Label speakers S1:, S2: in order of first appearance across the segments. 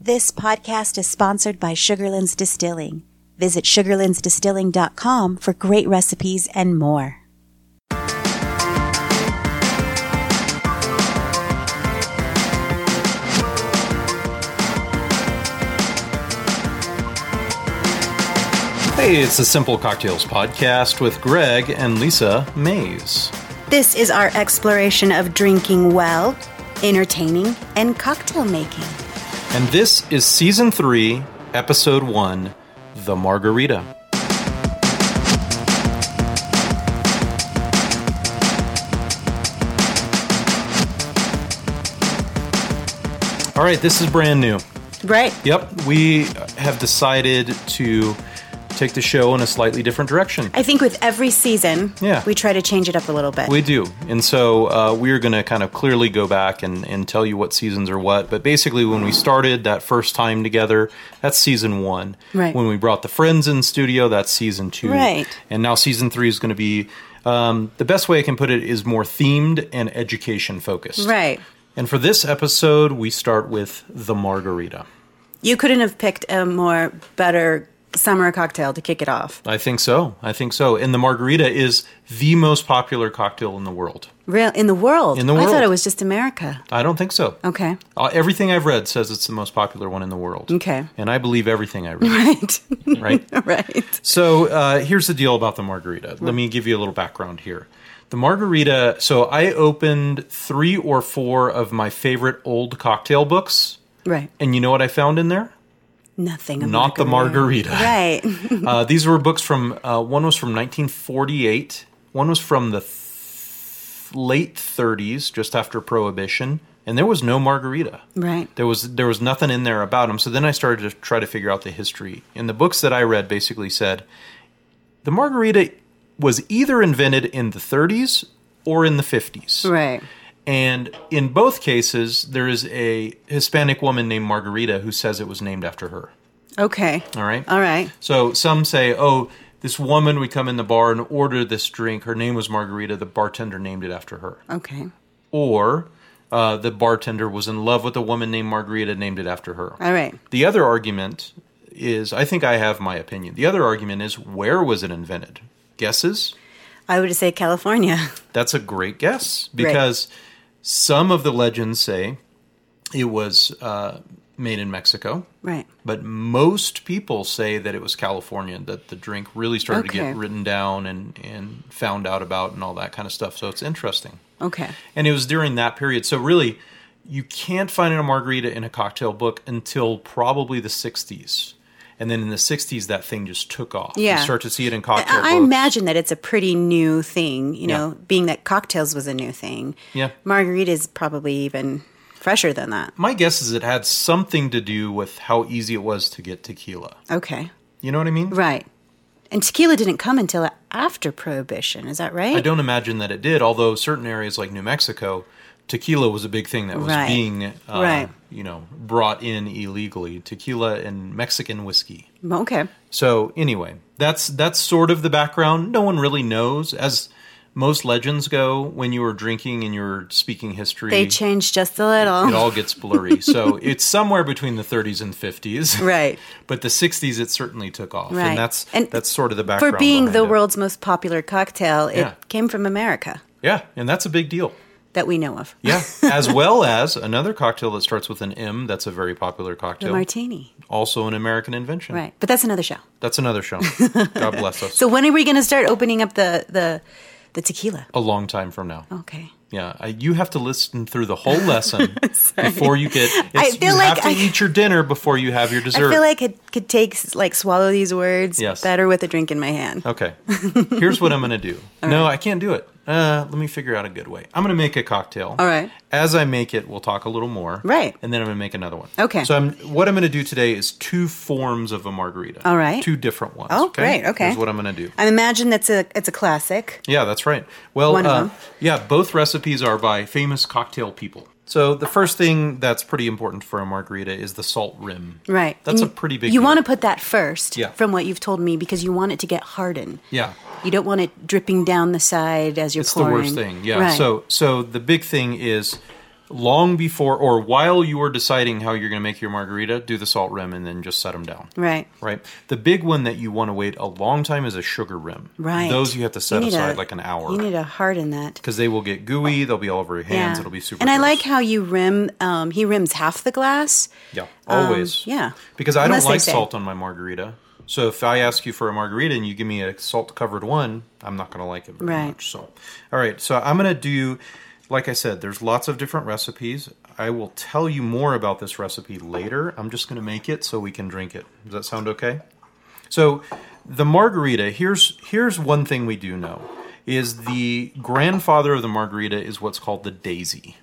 S1: This podcast is sponsored by Sugarlands Distilling. Visit sugarlandsdistilling.com for great recipes and more.
S2: Hey, it's the Simple Cocktails Podcast with Greg and Lisa Mays.
S1: This is our exploration of drinking well, entertaining, and cocktail making.
S2: And this is Season 3, Episode 1 The Margarita. All right, this is brand new.
S1: Right.
S2: Yep, we have decided to take the show in a slightly different direction.
S1: I think with every season,
S2: Yeah.
S1: we try to change it up a little bit.
S2: We do. And so uh, we are going to kind of clearly go back and, and tell you what seasons are what. But basically, when we started that first time together, that's season one.
S1: Right.
S2: When we brought the friends in studio, that's season two.
S1: Right.
S2: And now season three is going to be um, the best way I can put it is more themed and education focused.
S1: right.
S2: And for this episode, we start with the margarita.
S1: You couldn't have picked a more better summer cocktail to kick it off.
S2: I think so. I think so. And the margarita is the most popular cocktail in the world.
S1: Real in the world.
S2: In the
S1: I thought
S2: world.
S1: it was just America.
S2: I don't think so.
S1: Okay.
S2: Uh, everything I've read says it's the most popular one in the world.
S1: Okay.
S2: And I believe everything I read,
S1: Right.
S2: right?
S1: right.
S2: So uh, here's the deal about the margarita. Let me give you a little background here. The margarita, so I opened three or four of my favorite old cocktail books.
S1: Right.
S2: And you know what I found in there?
S1: Nothing.
S2: Not the margarita.
S1: Right.
S2: Uh, these were books from, uh, one was from 1948, one was from the th- late 30s, just after Prohibition, and there was no margarita.
S1: right.
S2: there was there was nothing in there about him. So then I started to try to figure out the history. And the books that I read basically said the margarita was either invented in the 30s or in the 50s.
S1: Right.
S2: And in both cases, there is a Hispanic woman named Margarita who says it was named after her.
S1: Okay.
S2: All right.
S1: All right.
S2: So some say, oh, this woman would come in the bar and order this drink. Her name was Margarita. The bartender named it after her.
S1: Okay.
S2: Or uh, the bartender was in love with a woman named Margarita, named it after her.
S1: All right.
S2: The other argument is I think I have my opinion. The other argument is where was it invented? Guesses?
S1: I would say California.
S2: That's a great guess
S1: Right.
S2: because some of the legends say it was uh, made in Mexico,
S1: Right.
S2: but most people say that it was California that the drink really started to
S1: Okay.
S2: get written down and, and found out about and all that kind of stuff. So it's interesting.
S1: Okay.
S2: And it was during that period. So really, you can't find a margarita in a cocktail book until probably the 60s. And then in the 60s, that thing just took off.
S1: Yeah.
S2: You start to see it in cocktail
S1: I I
S2: books.
S1: imagine that it's a pretty new thing, you
S2: Yeah.
S1: know, being that cocktails was a new thing.
S2: Yeah.
S1: Margarita is probably even fresher than that.
S2: My guess is it had something to do with how easy it was to get tequila.
S1: Okay.
S2: You know what I mean?
S1: Right. And tequila didn't come until after Prohibition. Is that right?
S2: I don't imagine that it did, although certain areas like New Mexico, tequila was a big thing that was
S1: Right.
S2: being, uh,
S1: Right.
S2: you know, brought in illegally. Tequila and Mexican whiskey.
S1: Okay.
S2: So anyway, that's that's sort of the background. No one really knows, as most legends go. When you were drinking and you were speaking history,
S1: They changed just a
S2: it
S1: little.
S2: all gets blurry. so it's somewhere between the 30s and 50s,
S1: Right.
S2: but the 60s it certainly took off,
S1: Right.
S2: and that's
S1: And
S2: that's sort of the background
S1: For being
S2: behind
S1: the
S2: it.
S1: world's most popular cocktail, it
S2: Yeah.
S1: came from America
S2: Yeah, and that's a big deal.
S1: that we know of.
S2: Yeah, as well as another cocktail that starts with an M. That's a very popular
S1: The
S2: cocktail,
S1: martini.
S2: also an American invention.
S1: Right. But that's another show.
S2: That's another show. God bless us.
S1: So when are we going to start opening up the the the tequila?
S2: a long time from now.
S1: Okay.
S2: Yeah, I, you have to listen through the whole lesson before you get. It's,
S1: I feel
S2: you
S1: like
S2: have to
S1: I-
S2: eat your dinner before you have your dessert.
S1: I feel like it could take like swallow these words
S2: Yes.
S1: better with a drink in my hand.
S2: okay, here's what I'm gonna do. no, I can't do it. Uh, let me figure out a good way. I'm gonna make a cocktail.
S1: All right.
S2: As I make it, we'll talk a little more.
S1: Right.
S2: And then I'm gonna make another one.
S1: Okay.
S2: So I'm what I'm gonna do today is two forms of a margarita.
S1: All right.
S2: Two different ones.
S1: Oh, great, okay.
S2: Here's what I'm gonna do.
S1: I imagine that's a it's a classic.
S2: Yeah, that's right. Well,
S1: One of
S2: uh,
S1: them.
S2: yeah, both recipes are by famous cocktail people. So the first thing that's pretty important for a margarita is the salt rim.
S1: Right.
S2: That's
S1: And
S2: a pretty big.
S1: You
S2: deal.
S1: want to put that first
S2: Yeah.
S1: from what you've told me because you want it to get hardened.
S2: Yeah.
S1: You don't want it dripping down the side as you're
S2: It's the
S1: pouring.
S2: worst thing. Yeah.
S1: Right.
S2: So so the big thing is long before or while you are deciding how you're going to make your margarita, do the salt rim and then just set them down.
S1: Right.
S2: Right. The big one that you want to wait a long time is a sugar rim.
S1: Right.
S2: Those you have to set
S1: need
S2: aside
S1: a-
S2: like an hour
S1: You need to harden that.
S2: because they will get gooey. They'll be all over your hands.
S1: Yeah.
S2: It'll be super.
S1: And I
S2: gross.
S1: like how you rim. Um, he rims half the glass.
S2: Yeah,
S1: Um,
S2: always.
S1: yeah.
S2: Because I
S1: Unless
S2: don't
S1: they
S2: like
S1: say-
S2: salt on my margarita. So if I ask you for a margarita and you give me a salt covered one, I'm not going to like it very
S1: Right.
S2: much. So, all right. So I'm going to do, like I said, there's lots of different recipes. I will tell you more about this recipe later. I'm just going to make it so we can drink it. Does that sound okay? So the margarita, here's here's one thing we do know is the grandfather of the margarita is what's called the daisy.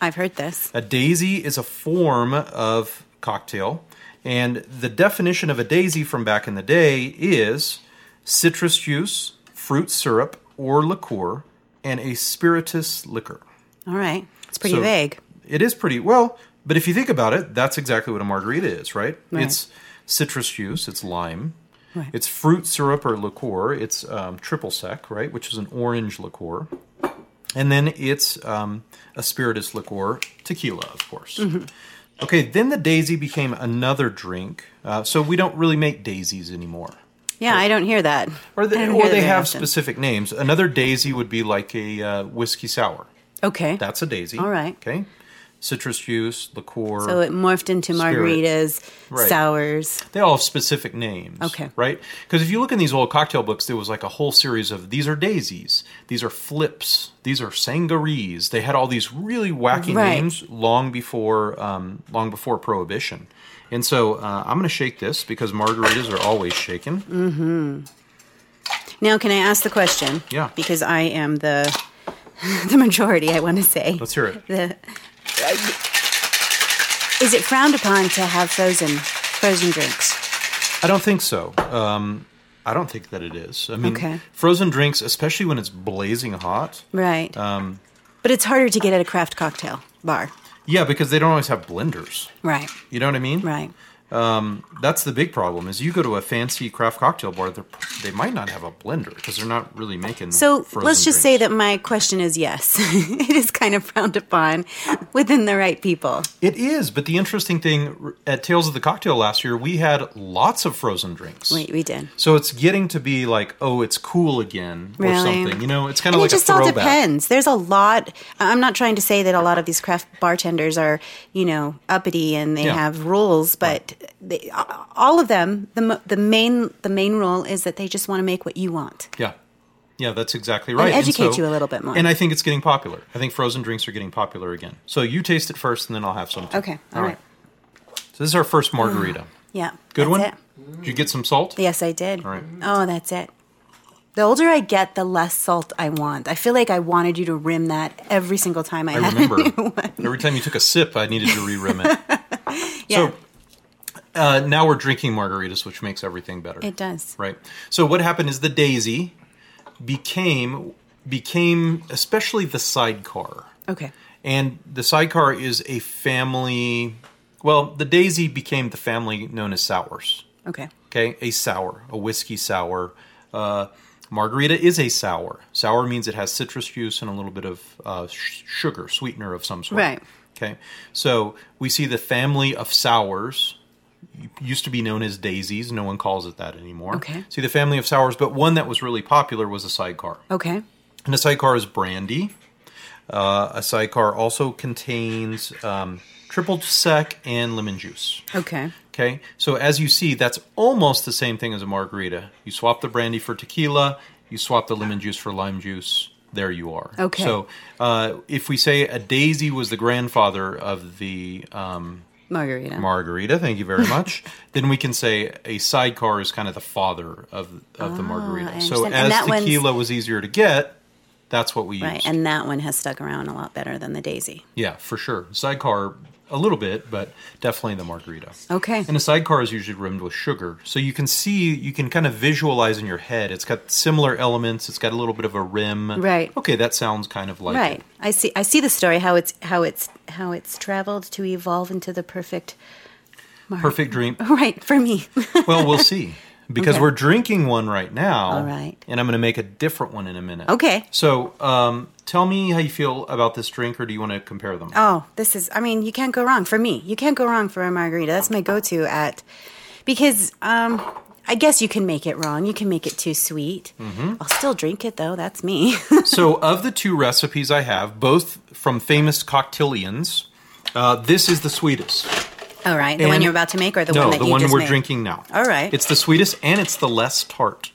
S1: I've heard this.
S2: A daisy is a form of cocktail, and the definition of a daisy from back in the day is citrus juice, fruit syrup, or liqueur, and a spirituous liquor.
S1: All right. It's pretty
S2: So-
S1: vague.
S2: It is pretty well, but if you think about it, that's exactly what a margarita is, right?
S1: Right.
S2: It's citrus juice, it's lime,
S1: Right.
S2: it's fruit syrup or liqueur, it's um, triple sec, right, which is an orange liqueur, and then it's um, a spiritus liqueur, tequila, of course.
S1: Mm-hmm.
S2: Okay, then the daisy became another drink, uh, so we don't really make daisies anymore.
S1: Yeah, I don't hear that.
S2: Or,
S1: I
S2: they
S1: don't
S2: or
S1: hear
S2: they
S1: that
S2: have
S1: often.
S2: specific names. Another daisy would be like a uh, whiskey sour.
S1: Okay.
S2: That's a daisy.
S1: All right.
S2: Okay. Citrus juice, liqueur.
S1: so it morphed into margaritas,
S2: Right.
S1: sours.
S2: they all have specific names.
S1: Okay.
S2: Right? Because if you look in these old cocktail books, there was like a whole series of these are daisies, these are flips, these are sangarees. They had all these really wacky
S1: Right.
S2: names long before um, long before Prohibition. And so uh, I'm going to shake this because margaritas are always shaken.
S1: Mm. Now, can I ask the question?
S2: Yeah.
S1: Because I am the the majority. I want to say.
S2: Let's hear it.
S1: The, is it frowned upon to have frozen frozen drinks?
S2: I don't think so. Um, I don't think that it is. I mean,
S1: Okay.
S2: frozen drinks, especially when it's blazing hot,
S1: Right. Um, but it's harder to get at a craft cocktail bar.
S2: Yeah, because they don't always have blenders.
S1: Right.
S2: You know what I mean?
S1: Right.
S2: That's the big problem. Is you go to a fancy craft cocktail bar, they they might not have a blender because they're not really making.
S1: So let's just say
S2: drinks.
S1: that my question is yes. it is kind of frowned upon within the right people.
S2: it is. But the interesting thing r- at Tales of the Cocktail last year, we had lots of frozen drinks.
S1: Wait, we did.
S2: So it's getting to be like, oh, it's cool again or
S1: Really?
S2: something. You know, it's kind
S1: And
S2: of
S1: it
S2: like
S1: just
S2: a
S1: all
S2: throwback.
S1: depends. There's a lot. I- I'm not trying to say that a lot of these craft bartenders are, you know, uppity and they
S2: Yeah.
S1: have rules, but they, all of them, the mo- the main the main rule is that they just want to make what you want.
S2: Yeah. Yeah, that's exactly right.
S1: educate you a little bit more.
S2: And I think it's getting popular. I think frozen drinks are getting popular again. So you taste it first, and then I'll have some. too.
S1: Okay, all right. Ah.
S2: So this is our first margarita.
S1: Yeah.
S2: Good
S1: that's
S2: one.
S1: it.
S2: Did you get some salt?
S1: Yes, I did.
S2: right.
S1: Oh, that's it. The older I get, the less salt I want. I feel like I wanted you to rim that every single time I,
S2: I
S1: had
S2: remember
S1: a new one.
S2: every time you took a sip, I needed to re-rim it.
S1: Yeah,
S2: So uh, now we're drinking margaritas, which makes everything better.
S1: it does.
S2: Right. So what happened is the daisy became became especially the sidecar.
S1: Okay.
S2: And the sidecar is a family. Well, the Daisy became the family known as sours.
S1: Okay.
S2: Okay, a sour, a whiskey sour. Uh, margarita is a sour. Sour means it has citrus juice and a little bit of uh, sh- sugar, sweetener of some sort.
S1: Right.
S2: Okay, so we see the family of sours used to be known as daisies. No one calls it that anymore.
S1: Okay.
S2: See the family of sours, but one that was really popular was a sidecar.
S1: Okay.
S2: And a sidecar is brandy. Uh, a sidecar also contains um, triple sec and lemon juice.
S1: Okay.
S2: Okay, so as you see, that's almost the same thing as a margarita. You swap the brandy for tequila, you swap the lemon juice for lime juice. There you are.
S1: Okay.
S2: So uh, if we say a daisy was the grandfather of the um,
S1: Margarita.
S2: margarita, thank you very much, then we can say a sidecar is kind of the father of of the margarita. So
S1: Ah, understand. And
S2: as
S1: that one's-
S2: tequila was easier to get, that's what we use.
S1: Right, and that one has stuck around a lot better than the Daisy.
S2: Yeah, for sure. Sidecar, a little bit, but definitely the margarita.
S1: Okay.
S2: And a sidecar is usually rimmed with sugar. So you can see, you can kind of visualize in your head. It's got similar elements. It's got a little bit of a rim.
S1: Right.
S2: Okay, that sounds kind of like.
S1: Right. I see I see the story how it's how it's how it's traveled to evolve into the perfect
S2: Perfect dream.
S1: Right, for me.
S2: Well, we'll see. because
S1: Okay.
S2: we're drinking one right now.
S1: All right.
S2: And I'm going to make a different one in a minute.
S1: Okay.
S2: So, um, tell me how you feel about this drink, or do you want to compare them?
S1: Oh, this is, I mean, you can't go wrong for me. You can't go wrong for a margarita. That's my go to at, because um, I guess you can make it wrong. You can make it too sweet.
S2: Mm-hmm.
S1: I'll still drink it though. That's me.
S2: so, of the two recipes I have, both from famous cocktailians, uh, this is the sweetest.
S1: All right. The one
S2: And-
S1: you're about to make or the
S2: no,
S1: one that
S2: the
S1: you
S2: one
S1: just
S2: we're
S1: made?
S2: drinking now.
S1: All right.
S2: It's the sweetest and it's the less tart.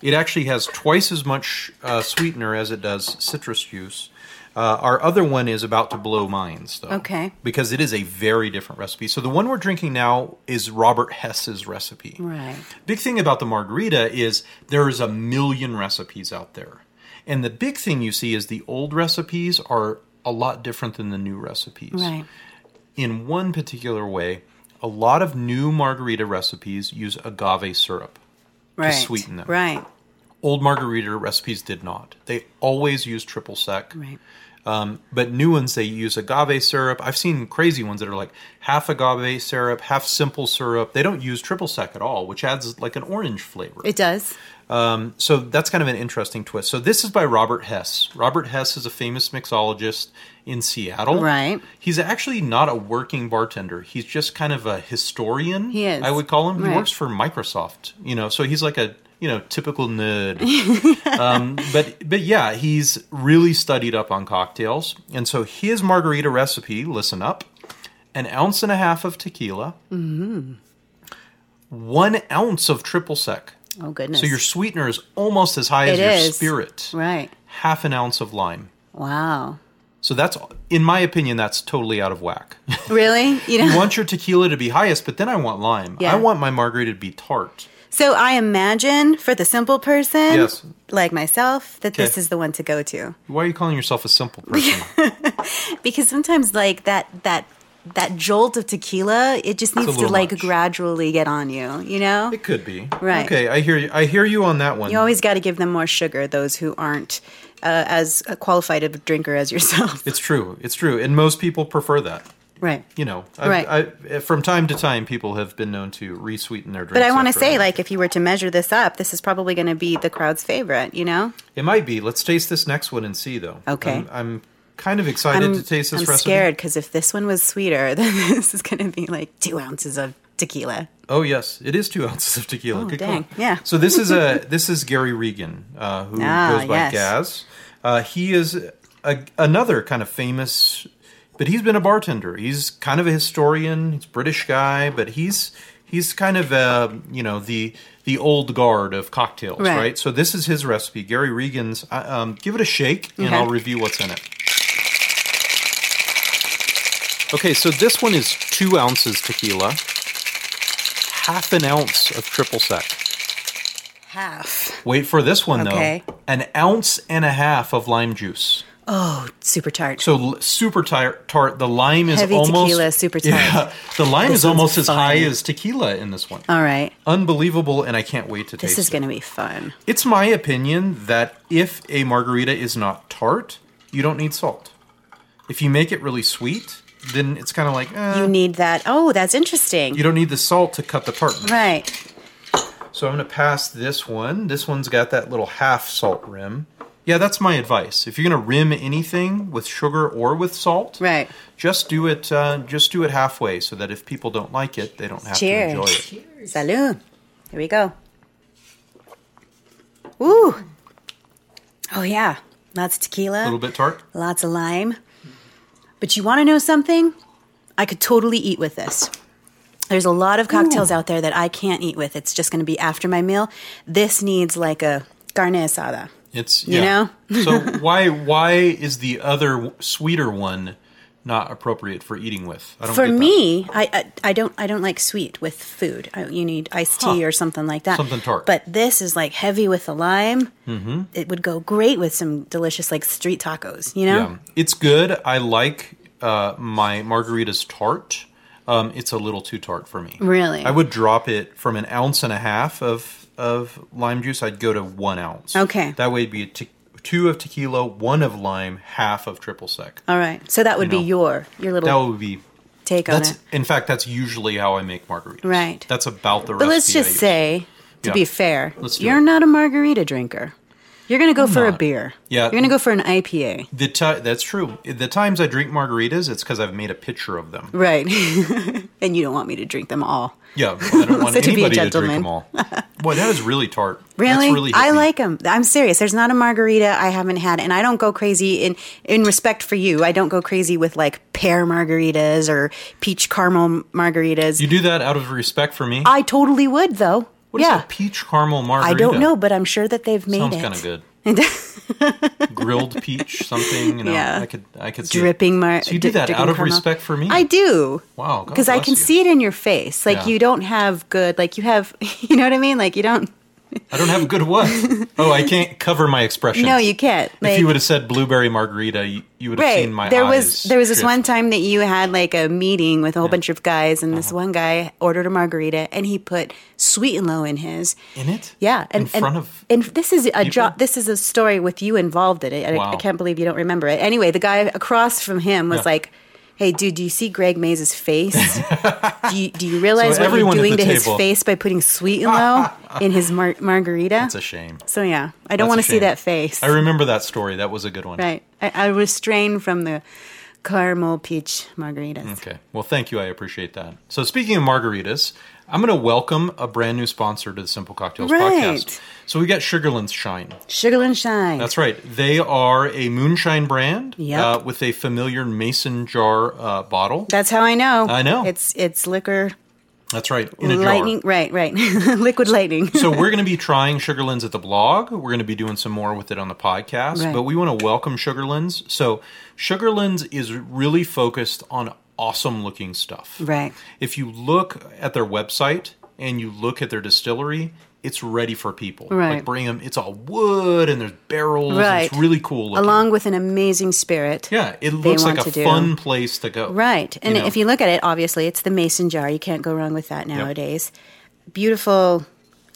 S2: It actually has twice as much uh, sweetener as it does citrus juice. Uh, our other one is about to blow minds, though.
S1: Okay.
S2: Because it is a very different recipe. So the one we're drinking now is Robert Hess's recipe.
S1: Right.
S2: Big thing about the margarita is there is a million recipes out there. And the big thing you see is the old recipes are a lot different than the new recipes
S1: Right.
S2: in one particular way, a lot of new margarita recipes use agave syrup.
S1: Right.
S2: sweeten them.
S1: Right.
S2: Old margarita recipes did not. They always use triple sec.
S1: Right.
S2: But new ones, they use agave syrup. I've seen crazy ones that are like half agave syrup, half simple syrup. They don't use triple sec at all, which adds like an orange flavor.
S1: It does.
S2: so that's kind of an interesting twist. So this is by Robert Hess. Robert Hess is a famous mixologist in Seattle.
S1: Right.
S2: He's actually not a working bartender. He's just kind of a historian.
S1: He is.
S2: I would call him.
S1: Right.
S2: He works for Microsoft. You know, so he's like a you know typical nerd. um, but but yeah, he's really studied up on cocktails, and so his margarita recipe. Listen up: an ounce and a half of tequila,
S1: Mm-hmm.
S2: one ounce of triple sec.
S1: Oh goodness.
S2: So your sweetener is almost as high
S1: It
S2: as your
S1: is.
S2: spirit.
S1: right.
S2: Half an ounce of lime.
S1: Wow.
S2: So that's, in my opinion, that's totally out of whack.
S1: Really? You know.
S2: you want your tequila to be highest, but then I want lime.
S1: Yeah.
S2: I want my margarita to be tart.
S1: so I imagine for the simple person,
S2: Yes.
S1: like myself, that this
S2: Okay.
S1: is the one to go to
S2: Why are you calling yourself a simple person?
S1: because sometimes like that that that jolt of tequila, it just needs to
S2: little
S1: like
S2: much.
S1: gradually get on you. You know.
S2: it could be.
S1: Right.
S2: Okay, I hear you. I hear you on that one.
S1: You always got to give them more sugar. Those who aren't uh, as qualified a drinker as yourself.
S2: it's true. It's true. And most people prefer that.
S1: Right.
S2: You know, I,
S1: Right.
S2: I, eh, from time to time, people have been known to resweeten their drinks.
S1: But I want to
S2: after
S1: say,
S2: that.
S1: like, if you were to measure this up, this is probably going to be the crowd's favorite, you know?
S2: it might be. Let's taste this next one and see, though.
S1: Okay.
S2: I'm, I'm kind of excited to taste this
S1: I'm
S2: recipe.
S1: scared because if this one was sweeter, then this is going to be like two ounces of tequila.
S2: Oh yes, it is two ounces of tequila.
S1: Oh,
S2: Good
S1: dang.
S2: call.
S1: Yeah.
S2: So this is a this is Gary Regan, uh, who
S1: Ah,
S2: goes by
S1: yes.
S2: Gaz. Uh, he is a, another kind of famous, but he's been a bartender. He's kind of a historian. He's a British guy, but he's he's kind of uh, you know the the old guard of cocktails,
S1: Right.
S2: right? So this is his recipe, Gary Regan's. I- um, give it a shake, and
S1: Okay.
S2: I'll review what's in it. Okay, so this one is two ounces tequila half an ounce of triple sec.
S1: Half.
S2: Wait for this one
S1: Okay.
S2: though. An ounce and a half of lime juice.
S1: Oh, super tart.
S2: So l- super tar- tart. The lime is
S1: Heavy
S2: almost
S1: tequila, super tart.
S2: Yeah, the lime
S1: This
S2: is almost
S1: one's
S2: as high
S1: fine.
S2: as tequila in this one.
S1: All right.
S2: Unbelievable, and I can't wait to
S1: This
S2: taste
S1: is
S2: it.
S1: going to be fun.
S2: It's my opinion that if a margarita is not tart, you don't need salt. If you make it really sweet, then it's kind of like eh,
S1: You
S2: you,
S1: need that. Oh, that's interesting.
S2: don't need the salt to cut the tartness.
S1: right.
S2: So I'm going to pass this one. This one's got that little half salt rim. Yeah, that's my advice. If you're going to rim anything with sugar or with salt,
S1: Right.
S2: just do it. Uh, just do it halfway, so that if people don't like it, they don't have to enjoy
S1: Cheers.
S2: it.
S1: Salud. Here we go. Ooh. Oh, yeah. Lots of tequila.
S2: A little bit tart.
S1: lots of lime. But you want to know something? I could totally eat with this. There's a lot of cocktails out there that I can't eat with. It's just going to be after my meal. This needs like a carne asada.
S2: It's
S1: You
S2: yeah. so why why is the other w- sweeter one not appropriate for eating with? I don't
S1: For
S2: get that.
S1: me, I, I I don't I don't like sweet with food. I, you need iced tea
S2: Huh.
S1: or something like that.
S2: Something tart.
S1: But this is like heavy with the lime. Mm-hmm. It would go great with some delicious like street tacos. You know?
S2: Yeah, it's good. I like uh, my margaritas tart. Um, it's a little too tart for me.
S1: Really?
S2: I would drop it from an ounce and a half of of lime juice. I'd go to one ounce.
S1: Okay.
S2: That way, it'd be a te- two of tequila, one of lime, half of triple sec.
S1: All right. So that would be
S2: You know,
S1: your your little
S2: That would be.
S1: take on
S2: That's
S1: it.
S2: in fact that's usually how I make margaritas.
S1: Right.
S2: That's about the.
S1: But let's
S2: recipe I
S1: just
S2: use.
S1: say to
S2: Yeah.
S1: be fair,
S2: Let's do
S1: you're
S2: it.
S1: not a margarita drinker. You're going to go for a
S2: not.
S1: beer.
S2: Yeah.
S1: You're going to go for an IPA.
S2: The ti that's true. The times I drink margaritas, it's because I've made a picture of them.
S1: Right. and you don't want me to drink them all.
S2: Yeah, I don't want
S1: So to be a
S2: anybody to, drink them
S1: gentleman.
S2: all. Boy, that is really tart.
S1: Really?
S2: That's really hit
S1: I
S2: me.
S1: like them. I'm serious. There's not a margarita I haven't had, and I don't go crazy in in respect for you. I don't go crazy with like pear margaritas or peach caramel margaritas.
S2: You do that out of respect for me.
S1: I totally would though.
S2: What is
S1: yeah.
S2: a peach caramel margarita?
S1: I don't know, but I'm sure that they've made
S2: Sounds
S1: it.
S2: kind of good. Grilled peach something. You know,
S1: Yeah.
S2: I could I could see it.
S1: dripping mar-
S2: So you do
S1: dri-
S2: that
S1: dripping
S2: out of
S1: caramel.
S2: respect for me?
S1: I do.
S2: Wow, God
S1: Because I
S2: Oh, bless
S1: can
S2: you.
S1: see it in your face. Like
S2: Yeah.
S1: you don't have good. Like you have. You know what I mean? Like you don't.
S2: I don't have a good what. oh, I can't cover my expression.
S1: No, you can't. Like,
S2: if you would have said blueberry margarita, you, you would have
S1: right.
S2: seen my
S1: there was
S2: eyes.
S1: there was this
S2: shift.
S1: one time that you had like a meeting with a whole bunch of guys, and this
S2: Uh-huh.
S1: one guy ordered a margarita, and he put sweet and low in his.
S2: in it.
S1: Yeah, and,
S2: in front
S1: and,
S2: of
S1: and this is a
S2: people?
S1: job. This is a story with you involved in it. I,
S2: Wow.
S1: I can't believe you don't remember it. Anyway, the guy across from him was
S2: Yeah.
S1: like, "Hey, dude, do you see Greg Mays's face? do, you, do you realize what you're
S2: everyone at
S1: doing to
S2: the
S1: his
S2: table-
S1: face by putting sweet and low in his mar- margarita?"
S2: It's a shame.
S1: so yeah, I don't
S2: That's
S1: want
S2: a
S1: to see
S2: shame.
S1: that face.
S2: I remember that story. That was a good one.
S1: right, I, I restrain from the caramel peach margaritas.
S2: Okay. Well, thank you. I appreciate that. So, speaking of margaritas, I'm going to welcome a brand new sponsor to the Simple Cocktails podcast.
S1: Right.
S2: So, we got Sugarland's Shine.
S1: Sugar and shine.
S2: That's right. They are a moonshine brand
S1: Yep.
S2: uh, with a familiar mason jar uh, bottle.
S1: That's how I know.
S2: I know.
S1: It's it's liquor
S2: That's right. In a
S1: lightning.
S2: jar.
S1: Right, right. Liquid lightning.
S2: So, we're going to be trying Sugarlands at the blog. We're going to be doing some more with it on the podcast,
S1: Right.
S2: but we want to welcome Sugarlands. So, Sugarlands is really focused on awesome looking stuff.
S1: right.
S2: if you look at their website and you look at their distillery, it's ready for people. Like
S1: Right.
S2: bring 'em- It's all wood and there's barrels. And
S1: Right.
S2: it's really cool looking.
S1: along with an amazing spirit.
S2: yeah, it looks like
S1: want
S2: a
S1: to do.
S2: fun place to go.
S1: Right. And
S2: You know.
S1: if you look at it, obviously, it's the mason jar. You can't go wrong with that nowadays. Beautiful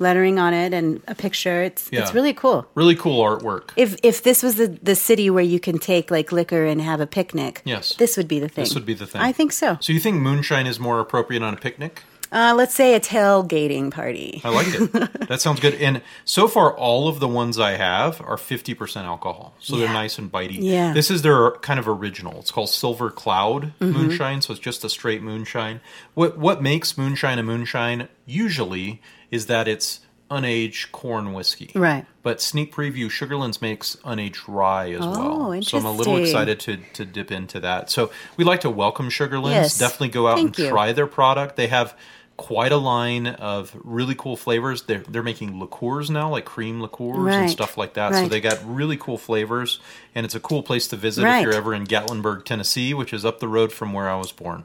S1: lettering on it and a picture. It's
S2: Yeah.
S1: it's really cool.
S2: Really cool artwork.
S1: If if this was the, the city where you can take like liquor and have a picnic,
S2: Yes.
S1: this would be the thing.
S2: This would be the thing.
S1: I think so.
S2: So you think moonshine is more appropriate on a picnic?
S1: Uh, let's say a tailgating party.
S2: I like it. that sounds good. And so far, all of the ones I have are 50% alcohol. So they're nice and bitey.
S1: Yeah. Mm-hmm.
S2: This is their kind of original. It's called Silver Cloud Moonshine. So it's just a straight moonshine. What, what makes moonshine a moonshine usually is that it's unaged corn whiskey.
S1: Right.
S2: But sneak preview, Sugarlands makes unaged rye as well.
S1: Oh,
S2: So I'm a little
S1: interesting.
S2: excited to, to dip into that. So we like to welcome Sugarlands.
S1: Yes.
S2: Definitely go out
S1: Thank
S2: and
S1: you.
S2: try their product. They have quite a line of really cool flavors. They're they're making liqueurs now, like cream liqueurs and
S1: Right.
S2: stuff like that. So
S1: Right.
S2: they got really cool flavors, and it's a cool place to visit if
S1: Right.
S2: you're ever in Gatlinburg, Tennessee, which is up the road from where I was born.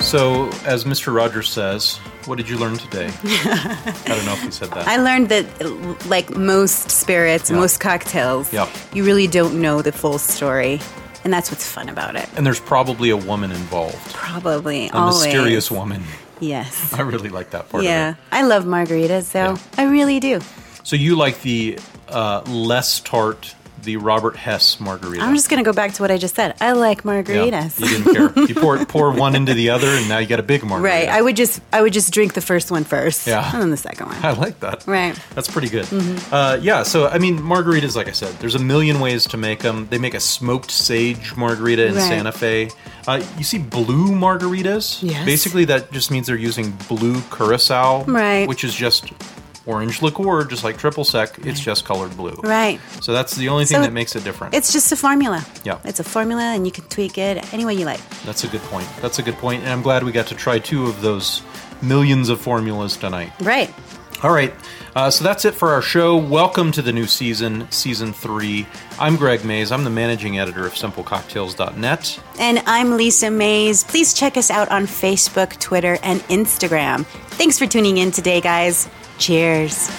S2: So, as Mr. Rogers says, what did you learn today? I don't know if he said that.
S1: I learned that, like most spirits,
S2: Yeah.
S1: most cocktails,
S2: Yeah.
S1: you really don't know the full story, and that's what's fun about it.
S2: and there's probably a woman involved,
S1: Probably
S2: a
S1: always
S2: mysterious woman.
S1: Yes.
S2: I really like that part
S1: yeah,
S2: of
S1: I love margaritas though.
S2: Yeah.
S1: I really do.
S2: it. So you like the uh, less tart, the Robert Hess margarita.
S1: I'm just gonna go back to what I just said. I like
S2: Yeah,
S1: margaritas.
S2: You didn't care. You pour, pour one into the other, and now you got a big margarita.
S1: right. I would just I would just drink the first one first.
S2: Yeah.
S1: And then the second one.
S2: I like that.
S1: Right. Mm-hmm.
S2: That's pretty good. Uh, yeah. So I mean, margaritas, like I said, there's a million ways to make them. They make a smoked sage margarita in
S1: Right.
S2: Santa Fe. Uh, you see blue margaritas.
S1: Yes.
S2: Basically, that just means they're using blue curacao,
S1: Right.
S2: Which is just orange liqueur, just like triple sec. It's just colored blue.
S1: Right.
S2: So that's the only thing
S1: So
S2: that makes it different.
S1: It's just a formula.
S2: Yeah.
S1: It's a formula and you can tweak it any way you like.
S2: That's a good point. That's a good point, and I'm glad we got to try two of those millions of formulas tonight.
S1: Right.
S2: All right, uh, so that's it for our show. Welcome to the new season, season three. I'm Greg Mays. I'm the managing editor of SimpleCocktails.net.
S1: And I'm Lisa Mays. Please check us out on Facebook, Twitter, and Instagram. Thanks for tuning in today, guys. Cheers.